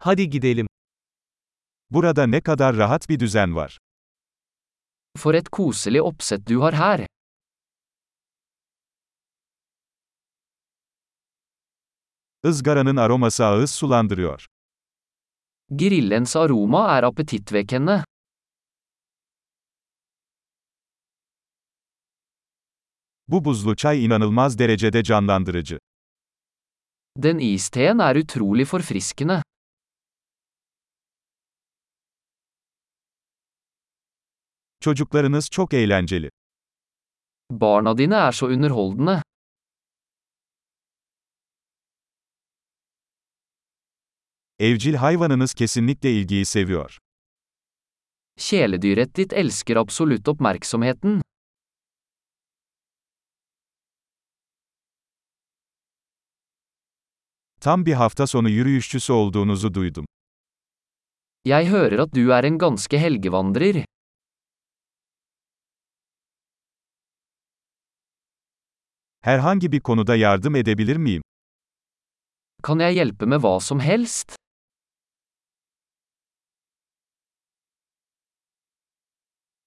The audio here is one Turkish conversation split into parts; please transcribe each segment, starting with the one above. Hadi gidelim. Burada ne kadar rahat bir düzen var. For et koselig oppsett du har her. Izgaranın aroması ağız sulandırıyor. Grillens aroma er appetittvekkende. Bu buzlu çay inanılmaz derecede canlandırıcı. Den isteen er utrolig forfriskende. Çocuklarınız çok eğlenceli. Barna dine er så underholdende. Evcil hayvanınız kesinlikle ilgiyi seviyor. Kjæledyret ditt elsker absolutt oppmerksomheten. Tam bir hafta sonu yürüyüşçüsü olduğunuzu duydum. Jeg hører at du er en ganske helgevandrer. Herhangi bir konuda yardım edebilir miyim? Kan jeg hjelpe med hva som helst?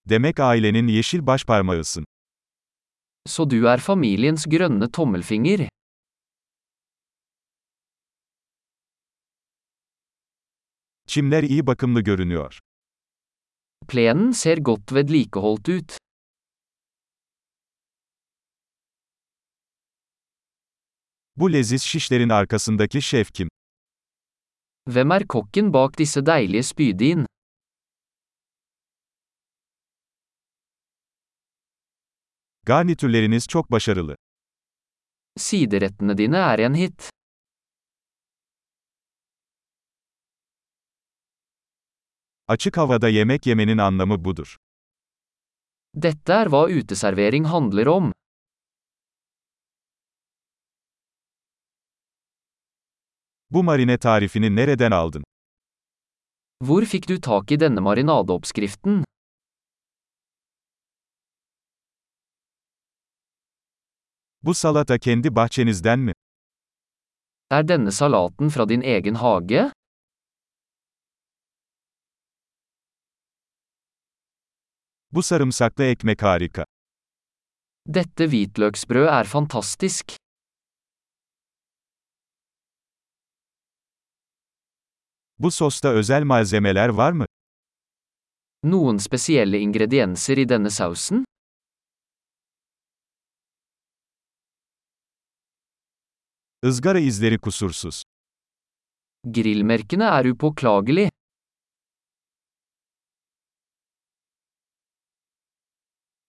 Demek ailenin yeşil başparmağısın. Så du er familiens grønne tommelfinger. Çimler iyi bakımlı görünüyor. Plenen ser godt vedlikeholdt ut. Bu leziz şişlerin arkasındaki şef kim? Hvem er kokken bak disse deilige spydin? Garnitürleriniz çok başarılı. Siderettene dine er en hit. Açık havada yemek yemenin anlamı budur. Dette er hva uteservering handler om. Bu marine tarifini nereden aldın? Hvor fikk du tak i denne marinadeoppskriften? Bu salata kendi bahçenizden mi? Er denne salaten fra din egen hage? Bu sarımsaklı ekmek harika. Dette hvitløksbrød er fantastisk. Bu sosta özel malzemeler var mı? Noen spesielle ingredienser i denne sausen? Izgara izleri kusursuz. Grillmerkene er upåklagelig.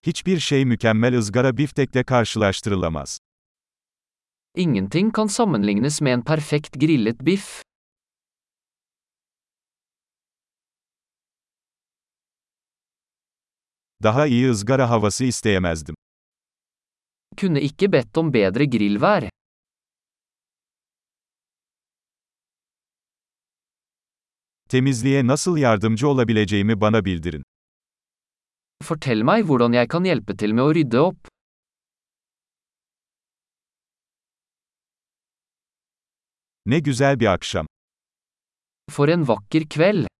Hiçbir şey mükemmel ızgara biftekle karşılaştırılamaz. Ingenting kan sammenlignes med en perfekt grillet biff. Daha iyi ızgara havası isteyemezdim. Kunne ikke bedt om bedre grillvær. Temizliğe nasıl yardımcı olabileceğimi bana bildirin. Fortell meg hvordan jeg kan hjelpe til med å rydde opp. Ne güzel bir akşam. For en vakker kveld.